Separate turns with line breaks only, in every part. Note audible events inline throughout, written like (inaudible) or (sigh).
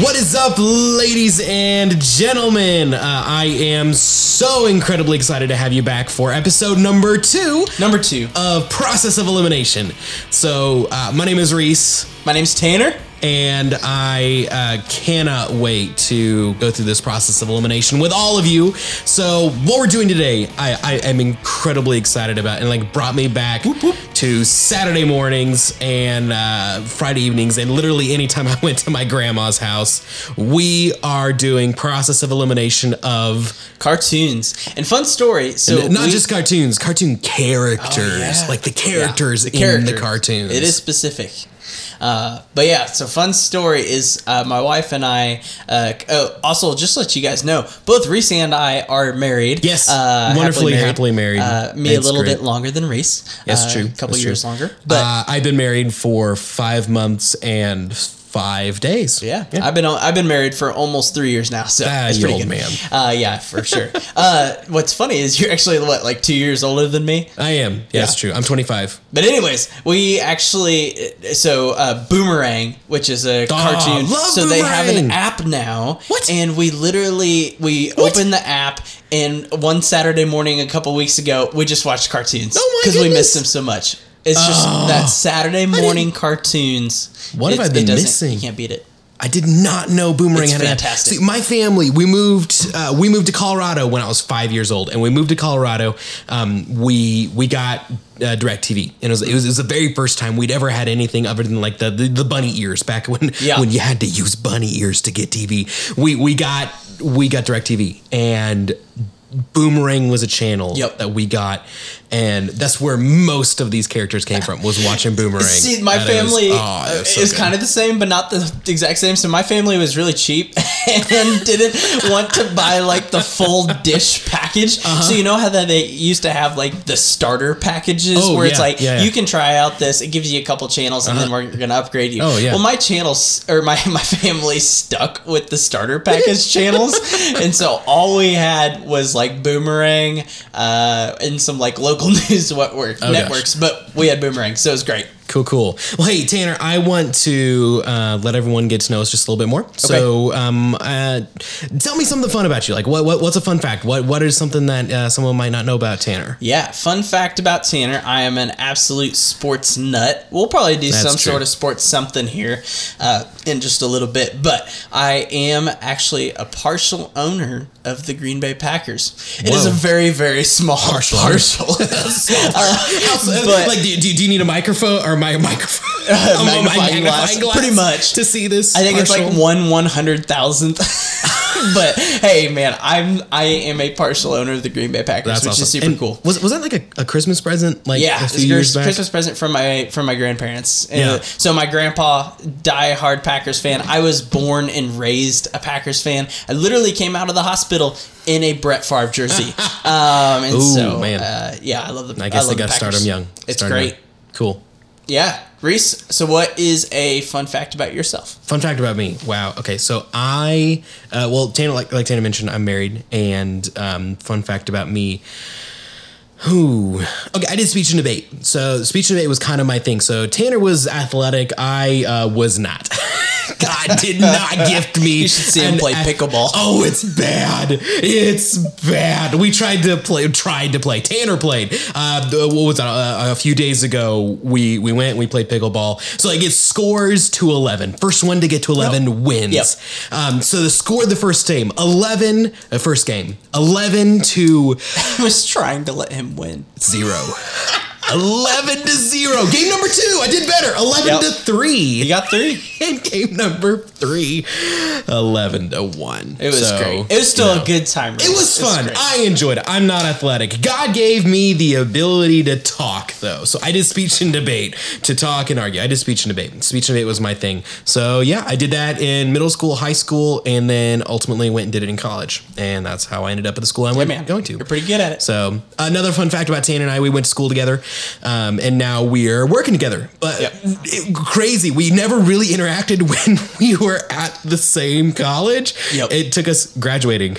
What is up, ladies and gentlemen? Uh, I am so incredibly excited to have you back for episode number two
Number two.
of Process of Elimination. So, uh, my name is Reese,
My name's Tanner.
and I uh, cannot wait to go through this process of elimination with all of you. So, what we're doing today, I, I am incredibly excited about, and like brought me back
whoop.
to Saturday mornings and uh, Friday evenings, and literally anytime (laughs) I went to my grandma's house. We are doing process of elimination of
Cartoons. And fun story. So
not
we- Oh,
just cartoons, cartoon characters,
yeah.
like the characters
Yeah,
in the
characters.
cartoons.
It is specific. Uh, but yeah, so fun story is uh, my wife and I. Uh, c- oh, also, just to let you guys know, both Reese and I are married.
Yes, wonderfully happily married.
Uh, me
That's
a little
great.
bit longer than Reese.
That's
uh,
true.
A couple
That's true.
years longer. But
uh, I've been married for five months and five days.
Yeah, I've been I've been married for almost three years now, so
Ah,
it's
you
pretty
old
good.
man.
Uh, yeah, for sure. uh, what's funny is you're actually what like two years older than me.
I am. Yeah, that's true. I'm 25.
But anyways, we actually so uh, Boomerang, which is a cartoon,
Ah, love
so they have
Boomerang.
an app now.
What?
And we literally we opened the app, and one Saturday morning a couple weeks ago, we just watched cartoons
Oh my
we
goodness. Ah.
missed them so much. It's just that Saturday morning cartoons.
What have
It's-
I been
it doesn't-
missing?
You can't beat it.
I did not know Boomerang
It's
had an app.
fantastic.
See, my family, we moved, uh, we moved to Colorado when I was five years old, and we moved to Colorado. Um, we we got uh, Directv, and it was, it was it was the very first time we'd ever had anything other than like the the, the bunny ears back when
Yeah.
when you had to use bunny ears to get TV. We we got we got Directv, and Boomerang was a channel
Yep.
that we got, and that's where most of these characters
(laughs)
came from. Was watching Boomerang.
See, my
And it was-
family uh,
oh, it was so
is
good.
kind of the same, but not the exact same. So my family was really cheap (laughs) and didn't want to buy like the full dish package.
Uh-huh.
So you know how that they used to have like the starter packages
Oh,
where it's
yeah,
like
yeah, yeah.
you can try out this. It gives you a couple channels, and then we're gonna upgrade you.
Oh, yeah.
Well, my channels or my (laughs) my family stuck with
(laughs)
the starter package channels, and so all we had was like Boomerang uh, and some like local (laughs) news network
Oh, gosh.
networks, but we had Boomerang, so it was great.
Cool, cool. Well, hey Tanner, I want to uh, let everyone get to know us just a little bit more. So, um, uh, tell me something fun about you. Like, what, what what's a fun fact? What what is something that uh, someone might not know about Tanner?
Yeah, fun fact about Tanner, I am an absolute sports nut. We'll probably do some
true.
sort of sports something here uh, in just a little bit, but I am actually a partial owner of the Green Bay Packers. It is
Whoa.
a very, very small partial. partial.
(laughs)
(laughs)
Uh,
uh, but
like, do, do, do you need a microphone or my (laughs) microphone? Um, my
magnifying glass, pretty much.
to see this.
I think it's like
partial?
one one hundred thousandth. (laughs) but hey, man, I'm I am a partial owner of the Green Bay Packers,
That's
which
awesome.
is super
And
cool.
Was was that like a, a Christmas present? Like
Yeah,
a
it's a
few years back.
Christmas present from my from my grandparents. And
Yeah.
So my grandpa, diehard Packers fan. I was born and raised a Packers fan. I literally came out of the hospital in a Brett
(laughs)
Favre jersey. um, and
Ooh,
so,
man.
Uh, yeah, I love the.
I guess
love
they
the
got to start
Packers.
them young.
It's
Start 'em
great.
young. Cool.
Yeah, Reese. So, what is a fun fact about yourself?
Fun fact about me. Wow. Okay. So I, uh, well, Tana, like, like Tana mentioned, I'm married. And um, fun fact about me, who? Okay, I did speech and debate. So speech and debate was kind of my thing. So Tanner was athletic. I uh, was not. (laughs) God did not gift me.
You should see him
an
play
ath-
pickleball.
(laughs) Oh, it's bad. It's bad. We tried to play. Tried to play. Tanner played. Uh, the- what was that? Uh, a few days ago, we we went. and We played pickleball. So like it scores to eleven. First one to get to eleven wins.
Yep.
Um, so the score of the first game 11 uh, first game 11 to
I was trying to let him win.
0
(laughs)
11 to 0 game number 2 I did better 11
Yep.
to 3
You got three.
and (laughs) game number 3 11 to 1
It was
So,
great. It was still a good time.
it was fun. I enjoyed it. I'm not athletic. God gave me the ability to talk, though. So I did speech and debate to talk and argue. I did speech and debate. Speech and debate was my thing. So yeah, I did that in middle school, high school, and then ultimately went and did it in college. And that's how I ended up at the school I went
man,
going to.
You're pretty good at it.
So another fun fact about Tanner and I, we went to school together, um, and now we're working together. But
Yep.
it- crazy, we never really interacted (laughs) when we were at the same college.
Yep.
It took us graduating.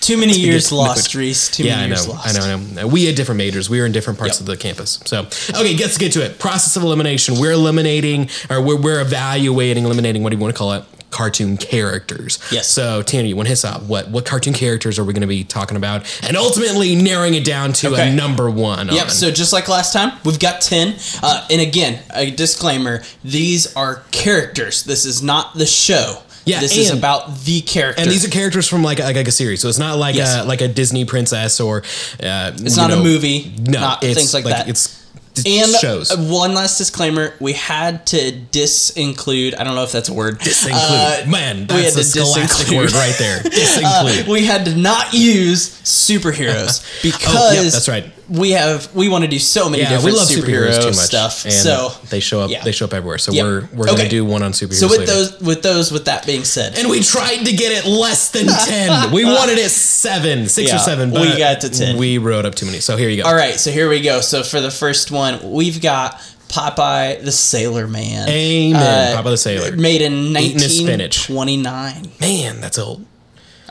Too many years
liquid.
lost, Reese. Too
yeah,
many
I know,
years lost.
I know, I know. We had different majors. We were in different parts
Yep.
of the campus. So okay, let's get to it. Process of elimination. We're eliminating, or we're, we're evaluating, eliminating. What do you want to call it? cartoon characters.
Yes.
So Tanner, you want to hiss up? What what cartoon characters are we going to be talking about? And ultimately narrowing it down to
Okay.
a number one.
Yep.
on-
So just like last time, we've got ten. Uh, and again, a disclaimer: these are characters. This is not the show.
Yeah,
This is
and-
about the character.
and these are characters from like like a series, so it's not like
Yes.
a like a Disney princess or uh,
it's not a movie.
No,
not
it's
things like, that.
It's, it's
and
shows.
uh, one last disclaimer: we had to disinclude. I don't know if that's a word.
disinclude.
Uh,
Man,
we had
that's
Uh,
a
to (laughs)
scholastic
disinclude.
word right there. Disinclude.
we had to not use superheroes because
(laughs) Oh, yeah, that's right.
We have we want to do so many
yeah,
different
we love
superhero
superheroes too much.
stuff.
and
so
they show up.
yeah.
They show up everywhere. So
Yep.
we're we're
Okay.
gonna do one on superheroes.
so with
later.
those with those with that being said,
and we tried to get it less (laughs) than ten. we wanted it seven, six
Yeah,
or seven.
we
But
got to 10.
We wrote up too many. So here you go.
all right, so here we go. So for the first one, we've got Popeye the Sailor Man.
Amen.
Uh,
Papa the Sailor.
Made in
Eating his spinach.
1929.
Man, that's old.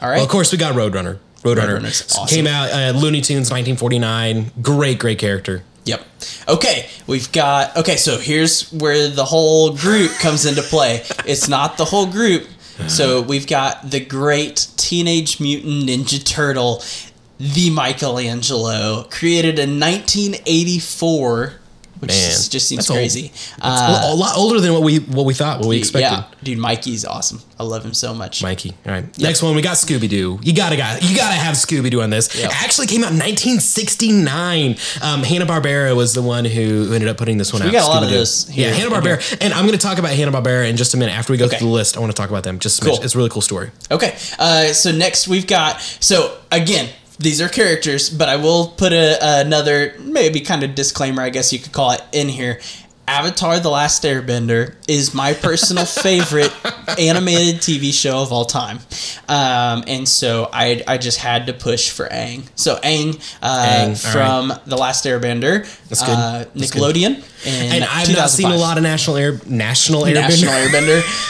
All right.
Well, of course, we got Roadrunner. Roadrunner
Roadrunner's
S-
awesome.
came out uh, Looney Tunes 1949. Great, great character.
Yep. Okay, we've got. Okay, so here's where the whole group comes into
(laughs)
play. It's not the whole group. So
Uh-huh.
we've got the great Teenage Mutant Ninja Turtle, the Michelangelo, created in 1984, which
Man,
is- just seems
that's old.
crazy.
It's a lot older than what we what we thought, what we expected.
yeah, dude, Mikey's awesome. I love him so much.
Mikey. All right. Next one, we got Scooby Doo. You gotta got you gotta have Scooby Doo on this.
Yep.
It actually came out in 1969. Um, Hanna Barbera was the one who who ended up putting this one out.
got a lot of
Scooby-Doo.
those here.
Yeah, Hanna Barbera. And I'm gonna talk about Hanna Barbera in just a minute after we go
Okay.
through the list. I want to talk about them. Just
Cool.
it's a really cool story.
Okay. Uh, so next we've got so again these are characters, but I will put a, another maybe kind of disclaimer, I guess you could call it, in here. Avatar: The Last Airbender is
(laughs)
my personal favorite animated TV show of all time, um, and so I I just had to push for Aang. So Aang, uh,
Aang, all
from The Last Airbender,
good.
Uh,
That's good.
Nickelodeon, in
And I've not seen a
2005.
lot of National Air National Airbender.
National Airbender.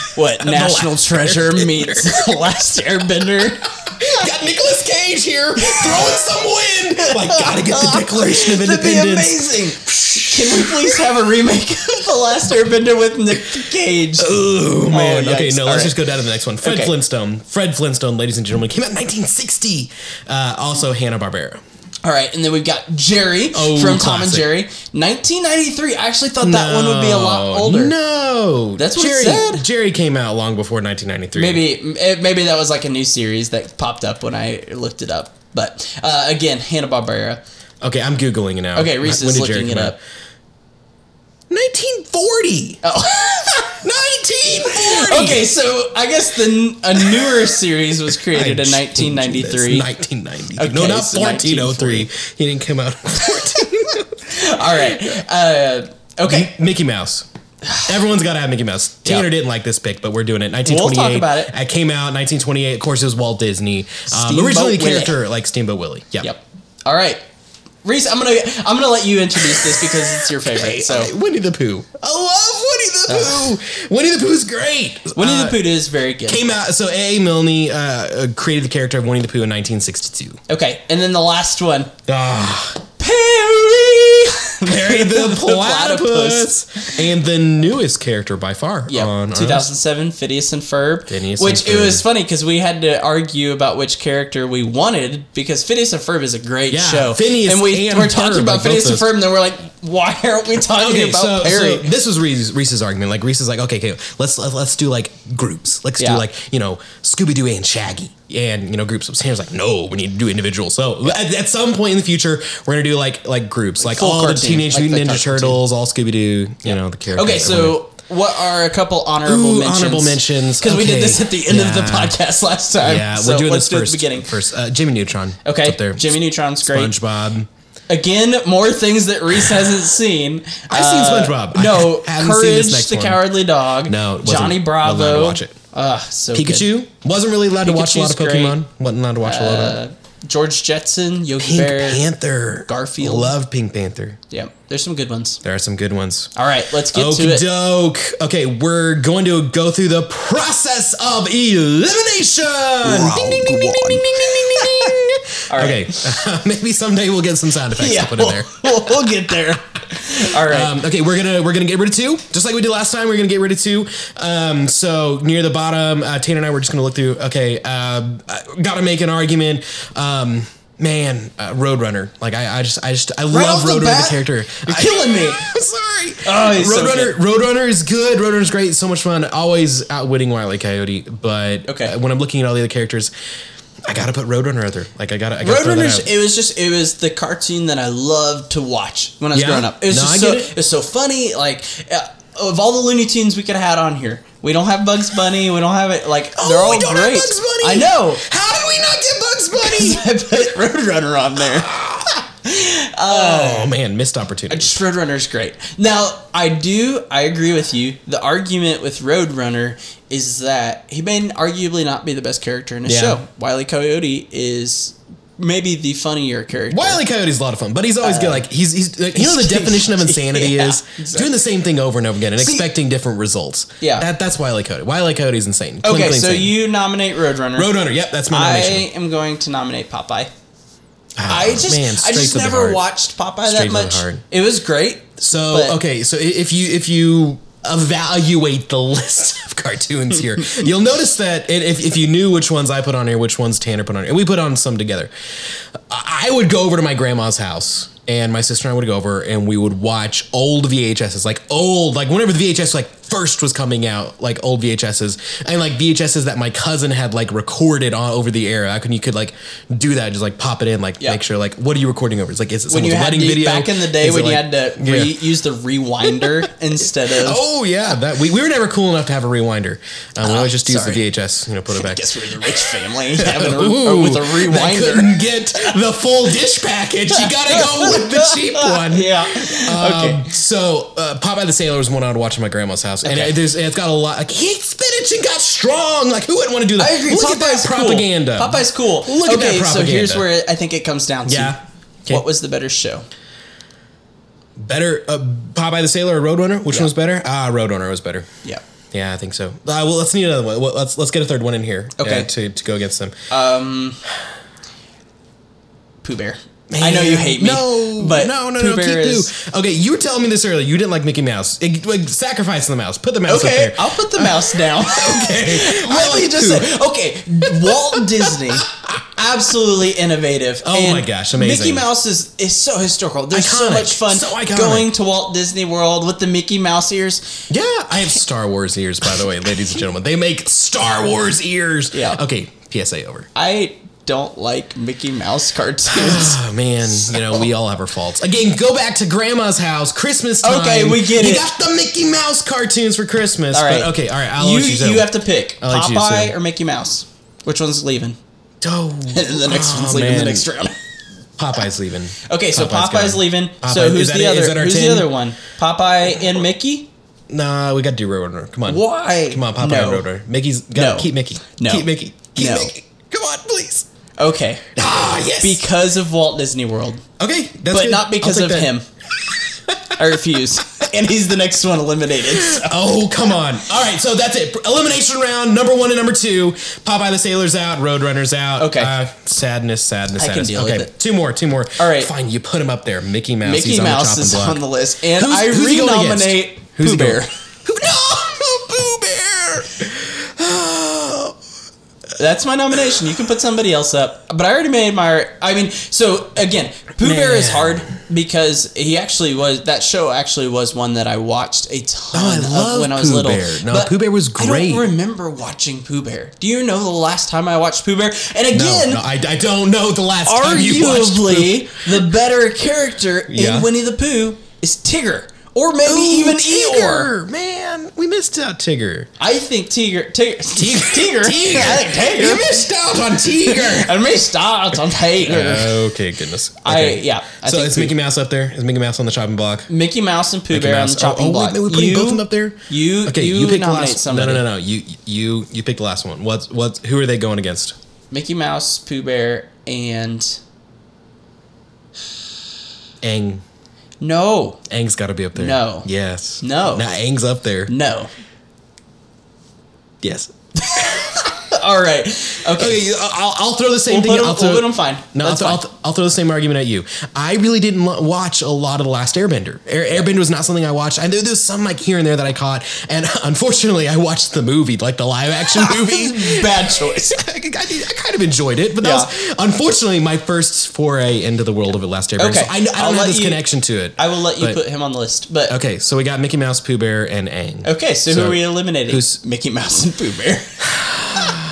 (laughs)
What National
Last
Treasure
Airbender.
meets (laughs) The Last Airbender.
(laughs) got Nicolas Cage here throwing some wind. Like, gotta get
(laughs)
the Declaration of
That'd be
Independence.
amazing. Can we please have a remake of The Last Airbender with Nick Cage?
Oh man.
Oh,
okay,
yikes.
no,
All
let's
right.
just go down to the next one. Fred
Okay.
Flintstone. Fred Flintstone, ladies and gentlemen, came out in 1960. Uh, also Hanna Barbera.
All right, and then we've got Jerry
Oh,
from Tom and
classic.
Jerry, 1993. I actually thought that one would be a lot older.
No,
That's what it
Jerry,
said.
Jerry came out long before 1993.
Maybe m- eh, maybe that was like a new series that popped up when I looked it up. But uh, again, Hanna Barbera.
Okay, I'm googling it now.
Okay, Reese
When
is
did Jerry
looking it
come
up.
out? 1940.
Oh. (laughs)
1940.
okay, so I guess the n- a newer
(laughs)
series was created in
I told you
1993.
this, 1990.
Okay,
no, not
so
1403. He didn't come out. in 14.
All right. Uh, okay.
Mickey Mouse. Everyone's got to have Mickey
(sighs)
Mouse. Tanner didn't like this pick, but we're doing it. 1928.
We'll talk about it.
It came out 1928. Of course, it was Walt Disney. Um, originally,
Steamboat
the character like Steamboat Willie. Yeah.
Yep. All right, Reese. I'm gonna I'm gonna let you introduce this because it's your
Hey,
favorite. So
uh, Winnie the Pooh. I love Winnie the Pooh. Winnie the Pooh's great.
Winnie
Uh,
the Pooh is very good.
came out. So A. A. Milne uh, uh, created the character of Winnie the Pooh in 1962.
Okay, and then the last one,
Ah,
Perry.
Harry
(laughs)
the platypus, and the newest character by far.
Yep.
on our
2007 Phineas and Ferb,
Phineas and
which it
Ferb.
was funny because we had to argue about which character we wanted because Phineas and Ferb is a great
Yeah,
show.
Phineas
and we
and
were
Ferb,
talking about
like
Phineas
both
and
those.
Ferb, and then we're like, why aren't we talking
Okay, so,
about Perry?
so this was Reese's, Reese's argument. Like Reese is like, okay, okay, let's let, let's do like groups. Let's
Yeah.
do like you know Scooby Doo and Shaggy and you know groups. So Tanner's like, no, we need to do individuals. So at, at some point in the future, we're gonna do like like groups, like
full
all the
cartoon,
Teenage
like
Mutant
the
Ninja
cartoon.
Turtles, all Scooby Doo. You know the characters.
Okay, so what are a couple honorable
Ooh,
mentions?
honorable mentions.
Because we
Okay.
did this at the end of the
Yeah.
podcast last time.
yeah,
so
we're doing
let's
this first.
Do it at the beginning.
First, uh, Jimmy Neutron. is
Okay,
up there.
Jimmy Neutron's great.
SpongeBob.
Again, more things that Reese hasn't seen.
(laughs)
Uh,
I've seen SpongeBob. I
No,
haven't seen
Courage
this next
the
one.
Cowardly Dog.
No, it wasn't
Johnny
allowed to
Bravo.
watch it.
Ugh, so
Pikachu wasn't really allowed to watch a lot of
Pikachu's great.
Pokemon. wasn't allowed to watch a lot of
good. Uh, George Jetson, Yogi
Pink
Bear.
Panther.
Garfield.
Love Pink Panther.
Yeah, there's some good ones.
There are some good ones.
All right, let's get to
Okie
it.
doke. Okay, we're going to go through the (laughs) process of elimination. Ding, ding, ding, ding, ding, ding, ding, ding, ding, ding, ding.
All right.
Okay, maybe someday we'll get some sound effects
(laughs) Yeah,
to put
we'll,
in there.
we'll, we'll
(laughs)
get there. All right.
Um, okay, we're gonna we're gonna get rid of two, just like we did last time. We're gonna get rid of two. Um, so near the bottom, uh, Tanner and I were just gonna look through. Okay, uh, I gotta make an argument. Um, man, uh, Roadrunner. Like I, I just I just I love
off the
Roadrunner
bat?
the character.
You're
I-
killing me.
I'm (laughs) sorry.
Oh, he's so
Roadrunner. Roadrunner is good. Roadrunner's great. So much fun. Always outwitting Wile E. Coyote. But
Okay.
uh, when I'm looking at all the other characters, I gotta put Roadrunner out there. Like I gotta. I gotta throw that
Roadrunners.
out.
It was just it was the cartoon that I loved to watch when I was
Yeah.
growing up. It was
No,
just
I
so
get it.
it. was so funny. Like uh, of all the Looney Tunes we could have had on here, we don't have Bugs Bunny. We don't have it. Like they're
Oh,
all
we don't have
great.
Bugs Bunny!
I know.
How did we not get Bugs
(laughs)
Bunny?
I put Roadrunner on there.
Oh man, missed opportunity.
Just Roadrunner's great. Now, I do, I agree with you. The argument with Roadrunner is that he may arguably not be the best character in the
Yeah.
show. Wile E. Coyote is maybe the funnier character.
Wile E. Coyote's a lot of fun, but he's always good. Like he's he's like, you know the definition of insanity
Uh, (laughs) Yeah,
is
exactly.
doing the same thing over and over again and expecting different results.
Yeah.
that, that's Wile E. Coyote. Wile E. Coyote's insane. Clinically
Okay, so
insane.
you nominate Roadrunner.
Roadrunner. Yep, that's my
I
nomination.
am going to nominate Popeye.
Ah,
I just,
man,
I
straight
just
to the
never
heart.
watched Popeye
Straight to
that
the
much.
heart.
It was great.
So
but-
okay, so i- if you if you evaluate the (laughs) list of cartoons
(laughs)
here, you'll notice that and if if you knew which ones I put on here, which ones Tanner put on here, and we put on some together, I I would go over to my grandma's house. And my sister and I would go over and we would watch old VHSs, like old, like whenever the VHS like first was coming out, like old VHSs and like VHSs that my cousin had like recorded on over the air. I could you could like do that, just like pop it in, like
Yeah.
make sure like what are you recording over? It's like is it
When
someone's
you had
wedding
to,
video?
back in the day
Is it,
when you
like-
had to re- use the
(laughs)
rewinder instead of
Oh yeah, that we, we were never cool enough to have a rewinder. Um, we always just use
sorry.
the VHS, you know, put it back.
guess we're the rich (laughs) family having a,
Ooh,
with a
That
rewinder.
couldn't get the full dish package. You gotta
(laughs)
go with the cheap (laughs) one.
yeah.
Um,
okay.
So uh, Popeye the Sailor was one I would watch at my grandma's house, and
Okay.
it, there's, it's got a lot. Like, he ate spinach and got strong. Like who wouldn't want to do that?
I agree.
Look at
Popeye's
that
cool.
propaganda.
Popeye's cool.
Look at that
okay, so here's
propaganda.
where I think it comes down to.
Yeah. Okay.
What was the better show?
better. Uh, Popeye the Sailor or Roadrunner? Which one was better? Ah, Roadrunner was better.
Yeah.
Yeah, I think so. Uh, well, let's need another one. Well, let's let's get a third one in here.
Okay.
uh, to to go against them.
Um. Pooh Bear. I know you hate me.
No,
but
no, no,
Pooh
no.
Bear
keep
is-
do. Okay, you were telling me this earlier. You didn't like Mickey Mouse. Ig- like, sacrifice the mouse. Put the mouse
Okay,
up there.
I'll put the mouse
(laughs)
down. (laughs)
Okay,
Let
I
me
like
just
Pooh.
say, okay,
(laughs)
Walt Disney, absolutely innovative.
Oh my gosh, amazing.
Mickey Mouse is, is so historical. There's so
Iconic,
much fun
so iconic.
going to Walt Disney World with the Mickey Mouse ears.
Yeah, I have Star Wars ears, by the way, ladies and gentlemen. They make Star Wars ears.
Yeah.
Okay, PSA over.
I don't like Mickey Mouse cartoons.
Oh man, you know we all have our faults. Again, go back to Grandma's house, Christmas time.
Okay, we get
you
it.
You got the Mickey Mouse cartoons for Christmas.
All
(laughs)
right.
But okay, all right. I'll
you,
let you. say one.
you have to pick
I'll let you
Popeye
say
or Mickey Mouse. Which one's leaving? (laughs)
Oh,
And the next
oh,
one's leaving the
man.
next round. (laughs)
Popeye's leaving.
Okay, so
Popeye's
Popeye's,
gone.
leaving.
Popeye-
So
is
who's
that
the
it? Is that
other?
our
Who's
10?
the other one? Popeye and Mickey.
Nah, we got to do Roadrunner. Come on.
Why?
Come on, Popeye
No.
and Roadrunner. Mickey's got
No.
to keep Mickey.
No.
Keep Mickey. Keep
No.
Mickey. Come on,
(sighs)
please.
Okay.
Ah, yes.
Because of Walt Disney World,
okay, that's
but
good.
not because
I'll
of
take that.
him. I
(laughs)
refuse. And he's the next one eliminated. so-
Oh, come on. All right, so that's it. Elimination round, number one and number two. Popeye the Sailor's out, Roadrunner's out.
Okay.
Uh, sadness, sadness,
I can
sadness.
deal
okay,
with it.
two more, two more.
All right.
Fine, you put him up there. Mickey Mouse.
Mickey
he's
Mouse
on the
is
chopping block.
on the list, and
Who's-
I
who's he going against?
renominate
Who's
Pooh
he going-
Bear.
(laughs) Who- No, Pooh Bear.
(sighs)
Oh.
That's my nomination. You can put somebody else up, but I already made my. I mean, so again, Pooh Bear is
Man.
hard because he actually was that show actually was one that I watched a ton
Oh, I
of
love
when I was
Pooh
little.
Bear. No,
but
Pooh Bear was
I
great.
don't remember watching Pooh Bear. Do you know the last time I watched Pooh Bear? And again,
no, no, I, (laughs) I don't know the last time you watched Pooh
arguably the better character
Yeah.
in Winnie the Pooh is Tigger, or maybe even Eeyore.
Tigger, man. We missed out Tigger.
I think Tigger, Tigger, (laughs) Tigger,
(laughs) Tigger.
I think
We
Tigger.
missed out on Tigger.
I may start on Tigger.
okay, goodness.
I
Okay.
yeah. I
so
think
is
Pooh-
Mickey Mouse up there? Is Mickey Mouse on the chopping block?
Mickey Mouse and Pooh
Mickey
Bear on
Mouse.
the chopping
oh,
block.
Wait, wait, we putting
you,
both of them up there?
You okay? You,
picked the
nominate
last.
somebody.
No, no, no, no. You you you picked the last one. What's what's who are they going against?
Mickey Mouse, Pooh Bear, and
Ang.
no,
Ang's got to be up there.
No.
Yes.
No.
Now Ang's up there.
no.
Yes.
(laughs) All right. Okay.
Okay, I'll, I'll throw the same
We'll
thing.
put 'em-
I'll throw,
we'll put 'em fine.
No,
That's
I'll, I'll,
fine.
I'll throw the same argument at you. I really didn't lo- watch a lot of the Last Airbender. Air, Airbender was not something I watched. I know there was some like here and there that I caught, and (laughs) unfortunately, I watched the movie, like the live action
(laughs)
movie. (laughs)
Bad choice.
I, I- I kind of enjoyed it, but that was unfortunately my first foray into the world of the Last Airbender.
Okay,
So I, kn- I
I'll
don't
let
have this
you-
connection to it.
I will let you
But-
put him on the list. But okay,
Okay, so we got Mickey Mouse, Pooh Bear, and Aang.
so, who are we eliminating?
who's-
Mickey Mouse and Pooh Bear?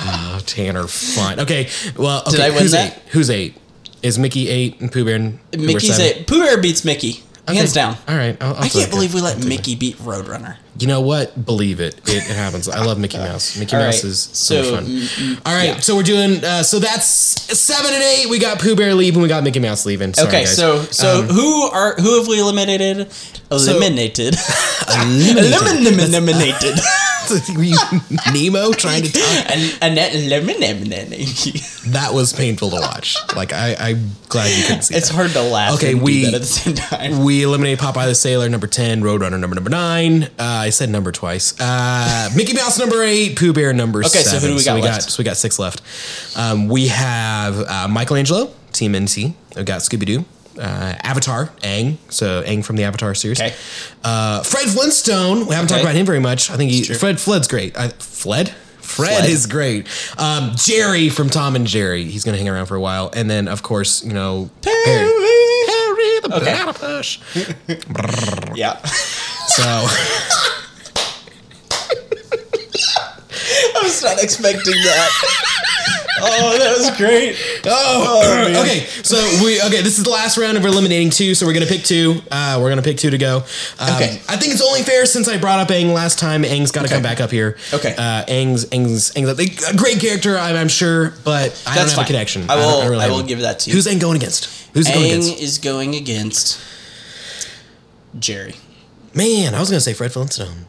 Oh, Tanner, fine. Okay, well, okay,
Did I win
who's
that?
eight? Who's eight? Is Mickey eight and Pooh Bear? And Pooh Bear
Mickey's
seven?
a Pooh Bear beats Mickey hands down.
All right, I'll, I'll
I
throw it.
can't believe we let Mickey beat Roadrunner.
You know what? Believe it. It, it happens. I love Mickey Mouse. Mickey
(laughs) All
Mouse
right,
is so,
so,
much
mm,
fun. All right, so we're doing. Uh, so that's seven and eight. We got Pooh Bear leaving. We got Mickey Mouse leaving. Sorry,
Okay,
guys.
so so who are who have we eliminated? Eliminated.
Eliminated.
(laughs) eliminated.
Um, (laughs) Were you Nemo
(laughs)
trying to talk.
And Annette eliminated.
That was painful to watch. Like I, I'm glad you couldn't see.
It's
that.
hard to laugh.
Okay,
and do
we-
that at the same time.
We eliminated Popeye the Sailor number ten, Roadrunner number number nine. Uh, I said number twice.
(laughs)
Uh, Mickey Mouse number eight, Pooh Bear number
Okay,
seven.
so who do we got
we
left?
got so we got six left. Um, we have uh, Michelangelo, Team NC. We got Scooby Doo, uh, Avatar, Aang. So Aang from the Avatar series.
Okay.
Uh, Fred Flintstone. We haven't
Okay.
talked about him very much. I think he,
true.
Fred Fled's great. I, Fled. Fred
Fled.
is great. Um, Jerry from Tom and Jerry. He's going to hang around for a while. And then, of course, you know, Perry. Harry the
Okay.
platypus.
(laughs) Yeah.
So (laughs)
I was not expecting that. (laughs) Oh, that was great. Oh, man.
okay, so we okay. This is the last round of eliminating two. So we're gonna pick two. Uh, we're gonna pick two to go. Um,
Okay.
I think it's only fair since I brought up Aang last time. Aang's got to
Okay.
come back up here.
Okay.
Uh, Aang's Aang's Aang's a great character. I'm, I'm sure, but I don't
That's
have
fine.
a connection.
I
don't-
will-
don't
I
have
will
one.
give that to you.
Who's Aang going against? Who's he going
Aang
against?
is going against Jerry.
Man, I was gonna say Fred Flintstone.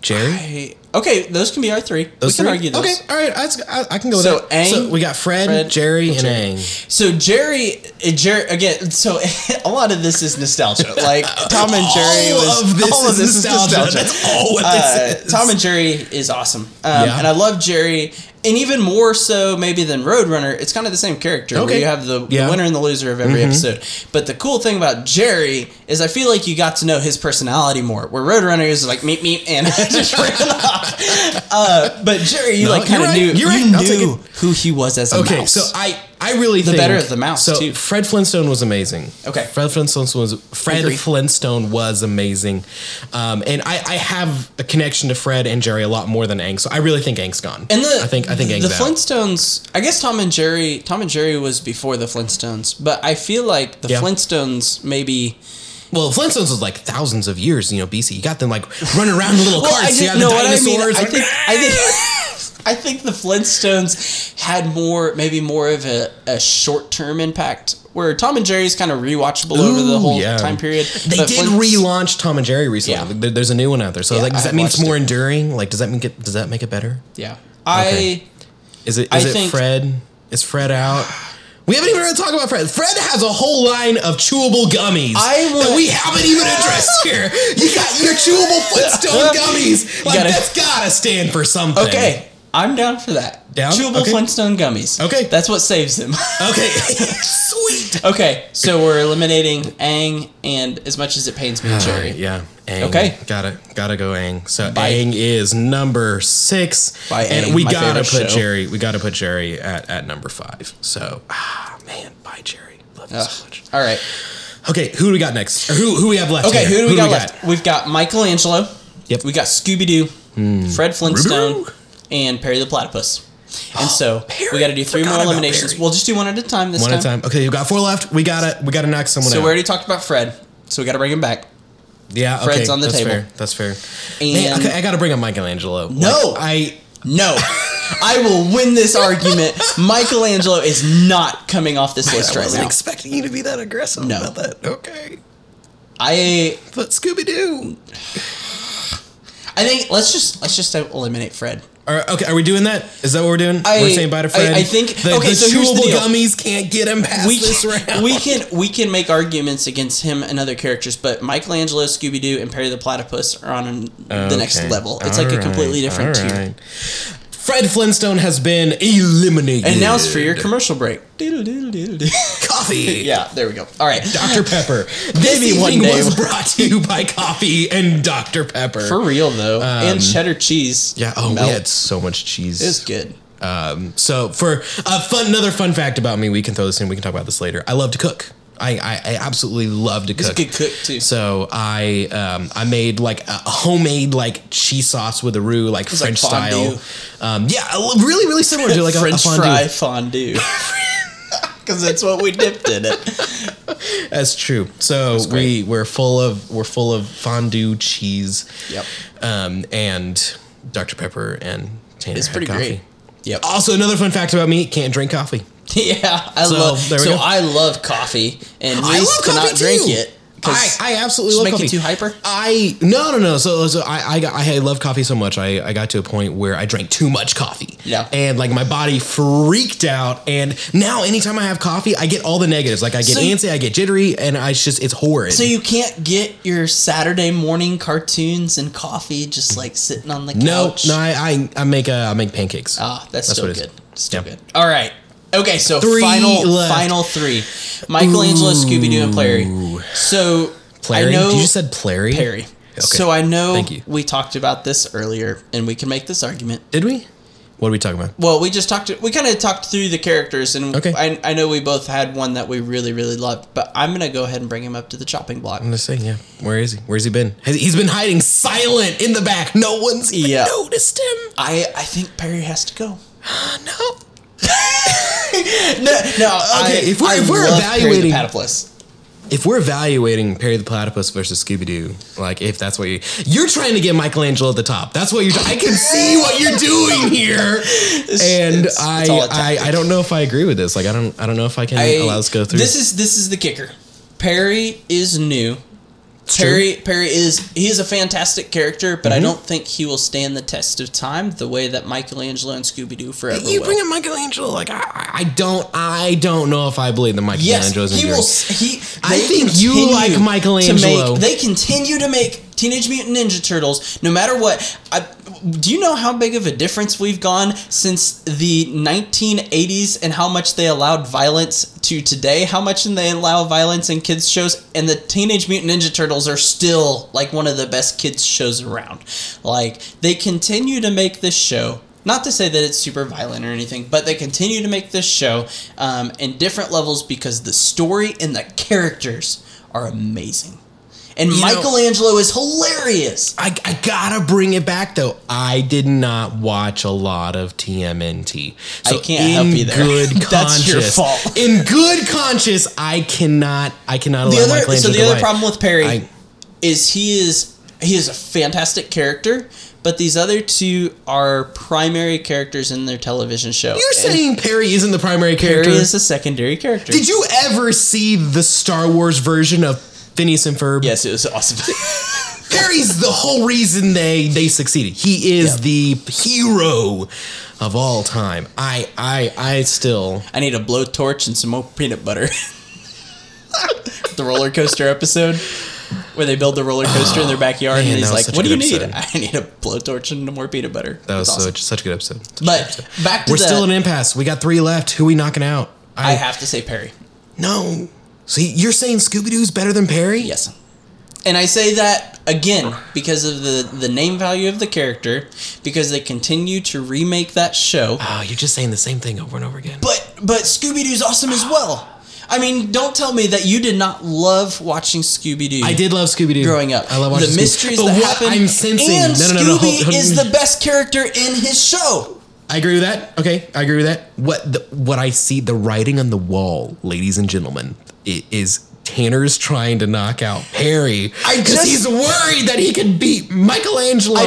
Jerry.
Hey, okay, those can be our three.
Those
we can
three?
argue those.
Okay, all right, that's- I, I can go with
So
that.
Aang,
so we got Fred,
Fred,
Jerry, and
Jerry.
Aang.
So Jerry, uh, Jerry again. So (laughs) a lot of this is nostalgia.
(laughs)
Like Tom and Jerry
All
was
of this is nostalgia. That's all what this is.
Uh, Tom and Jerry is awesome, um,
Yeah.
and I love Jerry. And even more so, maybe than Roadrunner, it's kind of the same character. Where
Okay.
you have the, the
Yeah. Mm-hmm.
winner and the loser of every episode. But the cool thing about Jerry is, I feel like you got to know his personality more. Where Roadrunner is like meep meep, and (laughs) I just ran off. Uh, but Jerry, you
No,
like kind
you're
of
right.
knew
You're right.
you
I'll take
knew who he was as a
Okay,
mouse.
so I I really the think
better of the mouse,
So
too.
Fred Flintstone was amazing.
Okay.
Fred Flintstone was Fred
Agree.
Flintstone was amazing, um, and I, I have a connection to Fred and Jerry a lot more than Aang. So I really think Aang's gone.
And the
I think I think Aang's
the
out.
Flintstones. I guess Tom and Jerry. Tom and Jerry was before the Flintstones, but I feel like the
Yeah.
Flintstones maybe.
well, Flintstones was like thousands of years, you know, BC. You got them like running around in little
Well, I
carts. you
just
got
know
the
what I mean.
dinosaurs.
I
like,
think
(laughs)
I think I think the Flintstones had more, maybe more of a, a short term impact. Where Tom and Jerry's kind of rewatchable over the
Ooh,
whole
yeah.
time period.
They
but
did
Flintst-
relaunch Tom and Jerry recently.
Yeah.
Like, there- There's a new one out there. So
Yeah,
like,
I
does that
have
mean it's
watched
more
it.
enduring? Like, does that mean get, does that make it better?
Yeah, I.
Okay. Is it
I
is it
think-
Fred? Is Fred out? We haven't even really talked about Fred. Fred has a whole line of chewable gummies
I
that
would-
we haven't even
(laughs)
addressed here. You got your chewable Flintstone gummies.
You
Like
gotta-
that's gotta stand for something.
Okay, I'm down for that.
Down?
Chewable
Okay.
Flintstone gummies.
Okay.
that's what saves them.
Okay. (laughs)
(laughs)
Sweet.
Okay, so we're eliminating Aang, and as much as it pains me, Jerry.
Yeah. Aang.
Okay.
Gotta gotta go Aang. So
Bye.
Aang is number six.
Bye,
and
Aang,
we
my
gotta
favorite
put
show.
Jerry. We gotta put Jerry at, at number five. So ah man, bye Jerry. Love you
Ugh.
so much.
All right.
Okay, who do we got next? Or who who we have left?
Okay,
here?
who do we got left? We've got Michelangelo.
Yep. Hmm.
We got Scooby Doo, Fred Flintstone,
Ruby-Roo.
and Perry the Platypus. And so we
Oh, Perry.
got to do three
Forgot
more
about
eliminations.
Perry.
We'll just do one at a time this
One
time.
at a time. Okay, you got four left. We gotta we gotta knock someone
So
out.
we already talked about Fred, so we got to bring him back.
yeah,
Fred's
okay,
on the
that's
table.
Fair, that's fair. Man,
And-
okay, I gotta bring up Michelangelo.
No!
I (laughs)
No, I will win this argument. Michelangelo is not coming off this list
I
right
wasn't
now.
expecting you to be that aggressive
No.
about that. Okay,
I
but Scooby Doo.
I think let's just let's just eliminate Fred.
Are, okay, are we doing that? Is that what we're doing?
I-
we're saying bye to
I-
Fred.
I think-
the,
okay,
the
so here's the
chewable
deal.
gummies can't get him past
we
this
can,
round.
we can we can make arguments against him and other characters, but Michelangelo, Scooby Doo, and Perry the Platypus are on an, the next
Okay.
level. It's like a
Alright,
completely different tier.
alright. Fred Flintstone has been eliminated.
And now it's for your commercial break. Doodle-doodle-doodle-doo.
(laughs) coffee.
yeah, there we go. All right.
Dr. Pepper. This
Maybe one
evening
day.
was brought to you by coffee and Dr. Pepper.
For real though, and cheddar cheese.
Um, yeah, oh,
melt.
we had so much cheese.
it was good.
Um, so for a fun, another fun fact about me, we can throw this in. We can talk about this later. I love to cook. I, I, I absolutely love to
It's
cook.
a good cook too.
So I um, I made like a homemade like cheese sauce with a roux like
like
French
fondue.
style. Um, yeah, a li- really really similar to like a-
French
a fondue.
fry fondue.
(laughs)
(laughs) Because that's what we dipped in it.
That's true. So we
great.
we're full of we're full of fondue cheese.
Yep.
Um, and Dr Pepper and Tanner
It's
had
pretty
coffee.
great. Yep.
Also, another fun fact about me: can't drink coffee. (laughs)
Yeah, I
So,
love.
there we
So
go.
I love coffee, and Reese cannot drink it. 'cause
I, I absolutely
does it
love
make you
coffee.
too hyper?
I no no no. So so I I, got, I love coffee so much. I, I got to a point where I drank too much coffee.
Yeah.
And like my body freaked out. And now anytime I have coffee, I get all the negatives. Like I get
So-
antsy, I get jittery, and I it's just it's horrid.
so you can't get your Saturday morning cartoons and coffee just like sitting on the
no
couch.
no I, I I make uh, I make pancakes.
ah, that's,
That's
still
what it is.
good. Still
Yeah.
good. All right. Okay, so
Three
final
left.
final three: Michelangelo, Scooby Doo, and Plary. So
Plary?
I know
Did you said Plary?
Perry.
Okay.
So I know
Thank you.
we talked about this earlier, and we can make this argument.
Did we? What are we talking about?
Well, we just talked. We kind of talked through the characters, and
Okay.
I, I know we both had one that we really, really loved. But I'm gonna go ahead and bring him up to the chopping block.
I'm just saying, yeah. Where is he? Where's he been? Has- He's been hiding silent in the back. No one's even
Yeah.
noticed him.
I I think Perry has
(laughs)
to go. Uh,
No.
No, no. Okay, I,
if we're-
I
if we're
love Perry the
evaluating-
Platypus.
If we're evaluating Perry the Platypus versus Scooby Doo, like if that's what you you're trying to get Michelangelo at the top, that's what you're. I can see what you're doing here, and
it's-
I,
it's all a
I
tactic.
I don't know if I agree with this. Like I don't I don't know if I can
I-
allow this to go through.
This is this is the kicker. Perry is new.
true.
Perry Perry is he is a fantastic character, but I
Mhm.
don't think he will stand the test of time the way that Michelangelo and Scooby Doo forever
you
will.
bring up Michelangelo, like I, I I don't I don't know if I believe that
Yes,
Michelangelo's
he will.
enduring.
s- He.
I
they
think you
continue
like
to
Michelangelo.
Make, they continue to make Teenage Mutant Ninja Turtles, no matter what. I, do you know how big of a difference we've gone since the 1980s and how much they allowed violence to today? How much they allow violence in kids shows? And the Teenage Mutant Ninja Turtles are still like one of the best kids shows around. Like they continue to make this show not to say that it's super violent or anything, but they continue to make this show um, in different levels because the story and the characters are amazing. And
know-
Michelangelo is hilarious.
I, I gotta bring it back though. I did not watch a lot of TMNT. So
I can't help you there.
Good conscience,
(laughs) That's your fault.
In good conscience, I cannot. I cannot
The
allow
other, so
Michelangelo
the
to
other
lie.
problem with Perry
I-
is he is he is a fantastic character, but these other two are primary characters in their television show.
You're saying Perry isn't the primary
Perry
character.
is a secondary character.
Did you ever see the Star Wars version of Phineas and Ferb?
yes, it was awesome. (laughs)
Perry's the whole reason they they succeeded. He is
Yep.
the hero of all time. I I I still
I need a blowtorch and some more peanut butter. (laughs) the roller coaster episode where they build the roller coaster in their backyard
Oh, man,
and he's
that was
like,
such a
"What do you
good
need?
episode.
(laughs) I need a blowtorch and more peanut butter."
that was
That's awesome.
such, such a good episode. Such a good episode.
But back to
We're
the,
still in an impasse. We got three left. Who we knocking out?
I have to say Perry.
no. See, you're saying Scooby Doo's better than Perry?
Yes. And I say that again because of the the name value of the character because they continue to remake that show.
Oh, you're just saying the same thing over and over again.
But but Scooby Doo's awesome as well. I mean, don't tell me that you did not love watching Scooby Doo.
I did love Scooby Doo
growing up.
I love watching
the
Scooby-
mysteries
But
that
what
happen.
I'm sensing.
And
no, no, no,
Scooby
no. hold- hold-
is the best character in his show.
I agree with that. Okay, I agree with that. What the, what I see the writing on the wall, ladies and gentlemen, i- is Tanner's trying to knock out Perry
I
because
just-
he's worried that he can beat Michelangelo.
need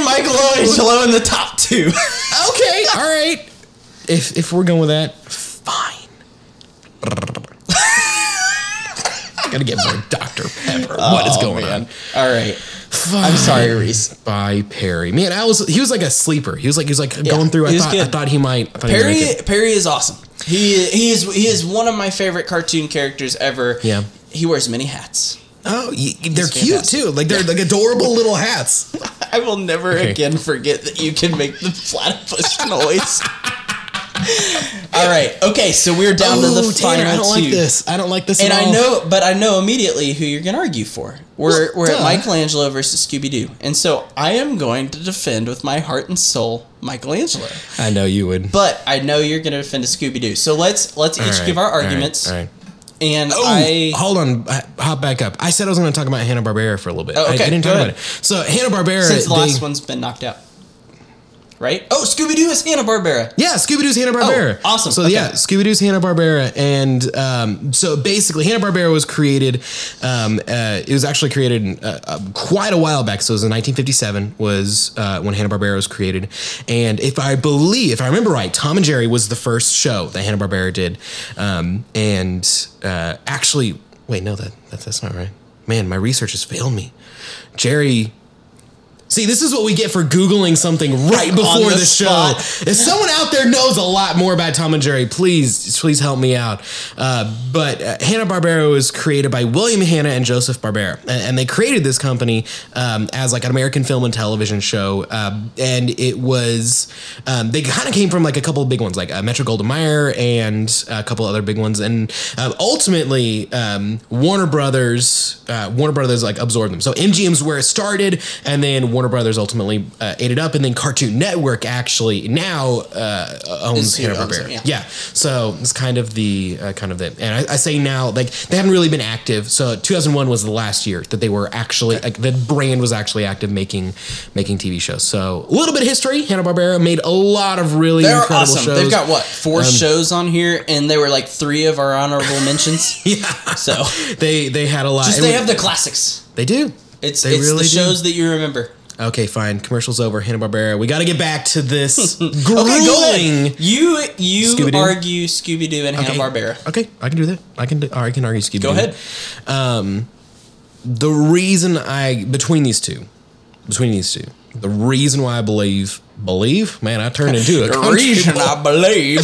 Michelangelo in the top two. (laughs)
okay, all right. If if we're going with that, fine. Gotta get more Dr.
(laughs)
Pepper. what is going on?
All right.
I'm
Oh, sorry, Reese.
By Perry. Man, I was he was like a sleeper. He was like he was like going through. I
he was
thought I
good.
thought he might I thought he was gonna
Perry
get-
Perry is awesome. He he is he is one of my favorite cartoon characters ever.
Yeah.
He wears many hats.
Oh, y- they're cute
fantastic.
too. Like they're like adorable little hats.
I will never
Okay.
again forget that you can make the (laughs) platypus noise. All right. Okay, so we're down to the
Ooh, Tanner,
final
I don't
two.
like this. I don't like this.
And
at
I
all.
know, but I know immediately who you're going to argue for. We're,
Well,
we're at
duh.
Michelangelo versus Scooby Doo. And so I am going to defend with my heart and soul Michelangelo.
I know you would.
But I know you're going to defend Scooby Doo. So let's let's
All
each
right,
give our
all right,
arguments.
all right.
And
Oh,
I
hold on, h- hop back up. I said I was going to talk about Hanna Barbera for a little bit.
Oh,
I-
okay,
I, didn't
go
talk
ahead.
about it. So Hanna Barbera,
since the last one's been knocked out. Right? Oh, Scooby Doo is Hanna Barbera.
Yeah, Scooby Doo's Hanna Barbera.
Oh, awesome.
So
Okay.
yeah, Scooby Doo's Hanna Barbera, and um, so basically, Hanna Barbera was created. Um, uh, it was actually created uh, uh, quite a while back. So it was in 1957 was uh, when Hanna Barbera was created, and if I believe, if I remember right, Tom and Jerry was the first show that Hanna Barbera did, um, and uh, actually, wait, no, that, that that's not right. Man, my research has failed me. Jerry See, this is what we get for Googling something right before
the
the, show.
spot.
If someone out there knows a lot more about Tom and Jerry, please, please help me out. Uh, but uh, Hanna Barbera was created by William Hanna and Joseph Barbera, and, and they created this company um, as like an American film and television show. Um, and it was um, they kind of came from like a couple of big ones, like uh, Metro Goldwyn Mayer and a couple other big ones. And um, ultimately, um, Warner Brothers, uh, Warner Brothers like absorbed them. So MGM's where it started, and then Warner Brothers ultimately uh, ate it up, and then Cartoon Network actually now uh, owns
Is who
Hanna
owns it,
Barbera.
yeah.
Yeah. so it's kind of the uh, kind of the, and I, I say now like they haven't really been active. So 2001 was the last year that they were actually like the brand was actually active making making TV shows. So a little bit of history. Hanna Barbera made a lot of really
They're
incredible
awesome.
shows. Um,
They've got what four shows on here, and they were like three of
(laughs)
our honorable mentions.
Yeah, (laughs)
So
they they had a lot.
just
And
they
we-
have the classics.
They do.
It's
They
it's
really
the
do.
shows that you remember.
Okay, fine. Commercials over. Hanna Barbera. We got to get back to this
(laughs) Okay, go
grueling.
ahead. You you
Scooby-Doo?
argue Scooby Doo and Hanna Barbera.
Okay, Mm-hmm. I can do that. I can. Do, or I can argue. Scooby.
Go ahead.
The reason I between these two, between these two, the reason why I believe believe man, I turned into a
(laughs) The
country
reason
boy.
I believe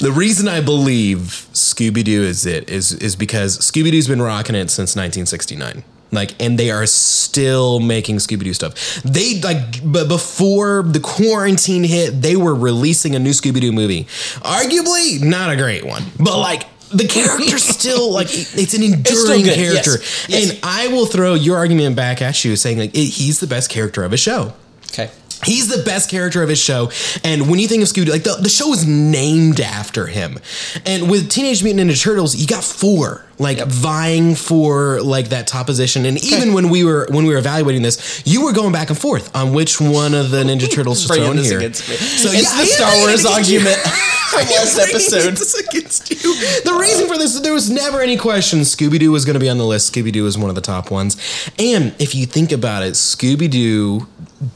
the reason I believe Scooby Doo is it is is because Scooby Doo's been rocking it since 1969. Like, and they are still making Scooby Doo stuff. They like, but before the quarantine hit, they were releasing a new Scooby Doo movie. Arguably, not a great one, but like. The character's still
(laughs)
like it- it's an
still
enduring
good, yes,
character,
yes.
and I will throw your argument back at you, saying like it, he's the best character of his show.
okay.
He's the best character of his show. And when you think of Scooby, like the, the show is named after him. And with Teenage Mutant Ninja Turtles, you got four like vying for like that top position. And even when we were when we were evaluating this, you were going back and forth on which one of the Ninja Turtles should
Bringing
thrown
this
here.
against me.
So (laughs)
it's
yeah, I
the
am
Star
bringing it
Wars
against you.
argument
(laughs)
from last
I'm bringing
episode.
this against you. The reason for this, there was never any question Scooby Doo was going to be on the list. Scooby Doo was one of the top ones. And if you think about it, Scooby Doo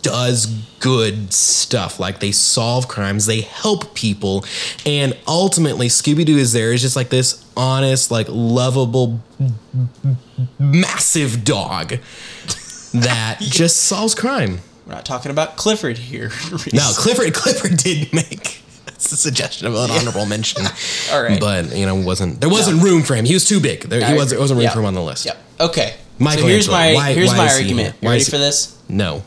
does good stuff. Like they solve crimes, they help people. And ultimately, Scooby Doo is there is just like this honest, like lovable, massive dog that just solves crime.
We're not talking about Clifford here. (laughs)
No, Clifford. Clifford did make a suggestion of an honorable mention.
(laughs) All right.
but you know, wasn't there wasn't room for him? He was too big. There,
I
he was,
agree.
there wasn't room
Yeah.
for him on the list.
Yep. Okay. so
Michelangelo.
here's my
Why-
here's
why
my
is he
argument.
here?
You
Why
ready
is he-
for this?
No,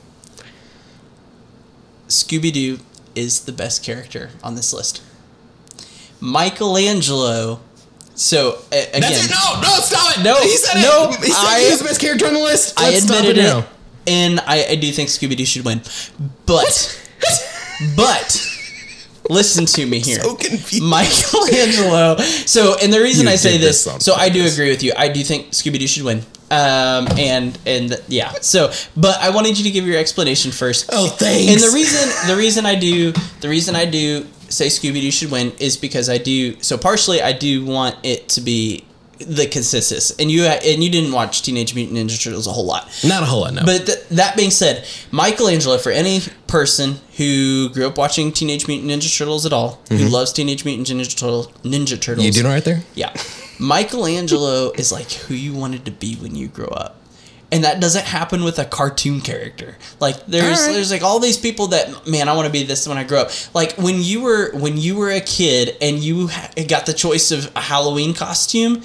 Scooby Doo is the best character on this list. Michelangelo. So a- again,
that's it. No, no, stop it.
No,
he said it.
no,
he said
I-
he was the best character on the list.
I
Let's
admitted it,
stop it now.
and I, I do think Scooby Doo should win, but (laughs) but listen to me here.
(laughs) So confused.
Michelangelo. So, and the reason
You
I say
did
this,
this on
so I do
purpose.
agree with you. I do think Scooby Doo should win. Um, and and yeah. So, but I wanted you to give your explanation first.
Oh, thanks.
And the reason the reason I do the reason I do say Scooby Doo should win is because I do so partially I do want it to be the consensus. And you and you didn't watch Teenage Mutant Ninja Turtles a whole lot.
Not a whole lot. No.
But th- that being said, Michelangelo, for any person who grew up watching Teenage Mutant Ninja Turtles at all, who loves Teenage Mutant Ninja, Turtle, Ninja Turtles,
you doing all right there?
yeah. Michelangelo is like who you wanted to be when you grow up. And that doesn't happen with a cartoon character. Like there's
All right.
there's like all these people that man I want to be this when I grow up. Like when you were when you were a kid and you ha- got the choice of a Halloween costume,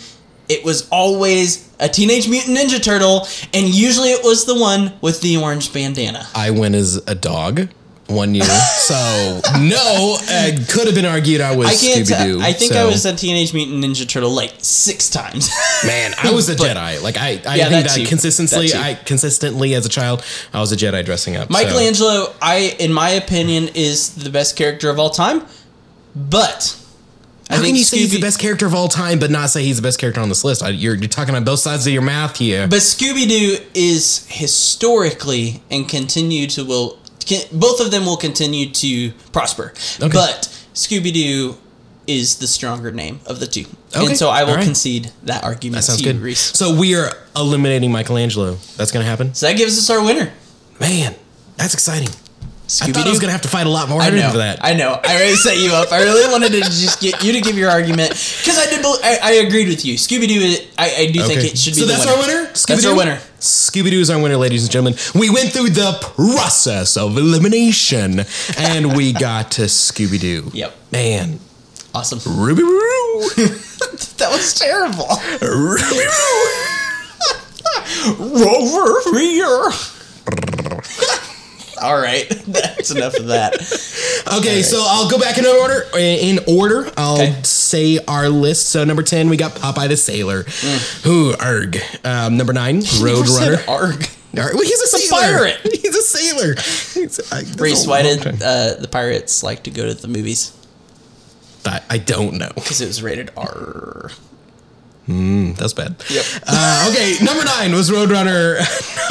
it was always a Teenage Mutant Ninja Turtle, and usually it was the one with the orange bandana.
I went as a dog one year,
(laughs)
so no, it could have been argued I was
I can't.
Scooby Doo.
I think I was a Teenage Mutant Ninja Turtle like six times. (laughs)
man. I was a
But-
Jedi. Like I, I
Yeah,
think
that
that,
too.
consistently,
That too.
I consistently as a child, I was a Jedi dressing up. so-
Michelangelo, I in my opinion, is the best character of all time. But I
How can
think
you say he's the
Scooby-
best character of all time, but not say he's the best character on this list? I, you're, you're talking on both sides of your mouth here.
But Scooby Doo is historically and continue to will can, both of them will continue to prosper. But Scooby Doo is the stronger name of the two,
Okay,
and so I will
all right.
concede that argument.
that sounds
to you,
good.
Reese.
So we are eliminating Michelangelo. That's gonna happen.
So that gives us our winner.
Man, that's exciting. I
Scooby
thought I was
Doo.
gonna have to fight a lot more
I
harder
know.
for that.
I know. I already set you up. I really wanted to just get you to give your argument because I did. bel I, I agreed with you. Scooby Doo. I, I do think it should be.
so
the
that's
winner.
our winner.
That's our winner.
Scooby Doo is our winner, ladies and gentlemen. We went through the process of elimination, and we got to Scooby Doo.
Yep.
Man,
Awesome.
Ruby Roo,
That was terrible.
Ruby Roo.
Rover here. All right, that's enough of that.
Okay, so I'll go back in order. In order, I'll
Okay.
say our list. So number ten, we got Popeye the Sailor. Who arg? Um, number nine, Mm. (laughs) Road Runner.
Said Arg.
Arg. Well, he's a sailor.
pirate.
(laughs) He's a sailor. He's a- I- that's
Reese,
a
why
long
did
time.
uh, the pirates like to go to the movies?
I, I don't know.
Because it was rated R.
That's bad.
Yep.
Uh, okay, number nine was Roadrunner.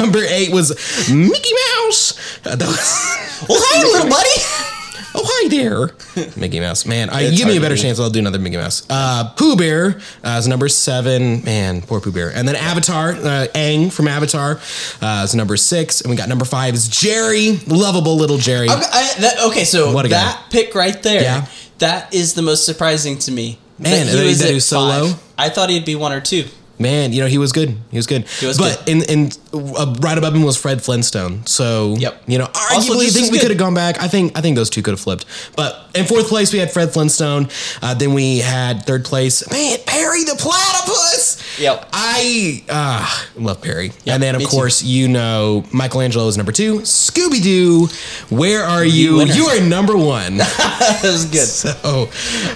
(laughs) number eight was Mickey Mouse. Uh, that was, (laughs)
Well, hi, little buddy.
oh, hi there, Mickey Mouse. Man, I, give
hard
me
to
a better
read.
chance. I'll do another Mickey Mouse. Uh, Pooh Bear uh, is number seven. Man, poor Pooh Bear. And then Avatar, uh, Aang from Avatar uh, is number six. And we got number five is Jerry, lovable little Jerry.
I'm- I- that- okay, so
What a guy.
that pick right there,
Yeah.
that is the most surprising to me.
Man, and then he did
at
his solo.
five. I thought he'd be one or two. (laughs)
Man, you know he was good. He was good.
was
but in in uh, right above him was Fred Flintstone. So
Yep.
you know,
Also
arguably, I
just as
think we
good.
could have gone back. I think I think those two could have flipped. But in fourth place we had Fred Flintstone. Uh, then we had third place, man, Perry the Platypus.
Yep.
I uh, love Perry. and then of
me too.
course you know Michelangelo is number two. Scooby Doo, where are you?
winner.
You are number one.
that was good.
(laughs) Oh,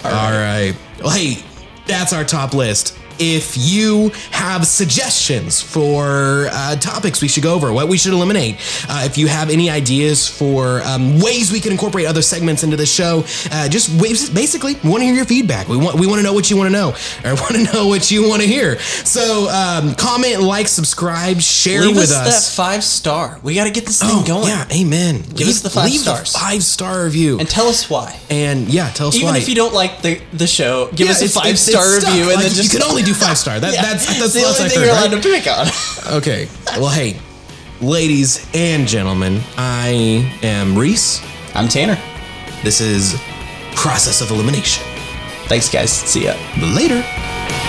all right. Well, hey, that's our top list. If you have suggestions for uh, topics we should go over, what we should eliminate, uh, if you have any ideas for um, ways we can incorporate other segments into the show, uh, just wa- basically want to hear your feedback. We want we want to know what you want to know, or (laughs) want to know what you want to hear. So um, comment, like, subscribe, share
Leave
with
us,
us.
that five star. We got to get this thing
Oh,
going.
yeah, amen. Give
us the five
leave
stars.
five star review,
And
and,
tell us why.
yeah, tell us
Even
why.
if you don't like the, the show, give
Yeah,
us a
it's-
five
it's-
star
it's stuck.
review and
Like,
then just (laughs)
you can (laughs) only do five star. That,
Yeah.
That's that's
the only thing
heard,
you're
right?
allowed to pick on. (laughs)
Okay. Well, hey, ladies and gentlemen, I am Reese.
I'm Tanner.
This is Process of Elimination.
Thanks, guys. See ya.
Later.